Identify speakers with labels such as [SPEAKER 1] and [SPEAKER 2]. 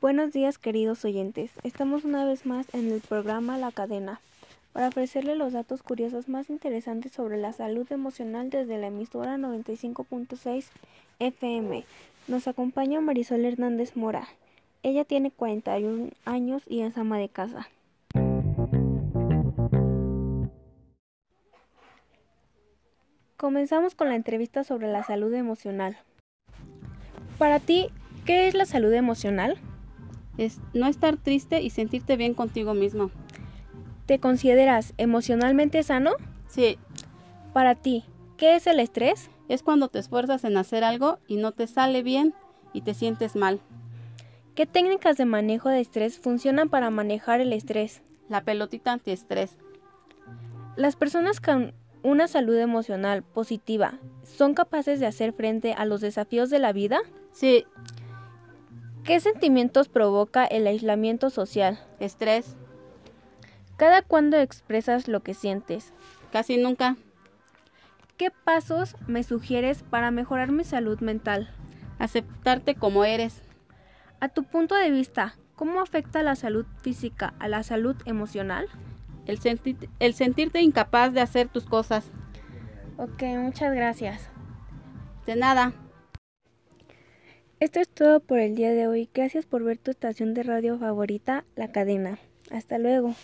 [SPEAKER 1] Buenos días queridos oyentes, estamos una vez más en el programa La Cadena para ofrecerle los datos curiosos más interesantes sobre la salud emocional desde la emisora 95.6 FM. Nos acompaña Marisol Hernández Mora. Ella tiene 41 años y es ama de casa. Comenzamos con la entrevista sobre la salud emocional. Para ti, ¿qué es la salud emocional?
[SPEAKER 2] Es no estar triste y sentirte bien contigo mismo.
[SPEAKER 1] ¿Te consideras emocionalmente sano?
[SPEAKER 2] Sí,
[SPEAKER 1] Para ti, ¿qué es el estrés?
[SPEAKER 2] es cuando te esfuerzas en hacer algo y no te sale bien y te sientes mal.
[SPEAKER 1] ¿Qué técnicas de manejo de estrés funcionan para manejar el estrés?
[SPEAKER 2] La pelotita antiestrés.
[SPEAKER 1] Las personas con una salud emocional positiva son capaces de hacer frente a los desafíos de la vida.
[SPEAKER 2] Sí,
[SPEAKER 1] ¿Qué sentimientos provoca el aislamiento social?
[SPEAKER 2] estrés.
[SPEAKER 1] ¿Cada cuándo expresas lo que sientes?
[SPEAKER 2] Casi nunca.
[SPEAKER 1] ¿Qué pasos me sugieres para mejorar mi salud mental?
[SPEAKER 2] Aceptarte como eres.
[SPEAKER 1] A tu punto de vista, ¿cómo afecta la salud física a la salud emocional?
[SPEAKER 2] El, senti- el sentirte incapaz de hacer tus cosas.
[SPEAKER 1] Ok, muchas gracias.
[SPEAKER 2] De nada.
[SPEAKER 1] Esto es todo por el día de hoy. Gracias por ver tu estación de radio favorita, La Cadena. Hasta luego.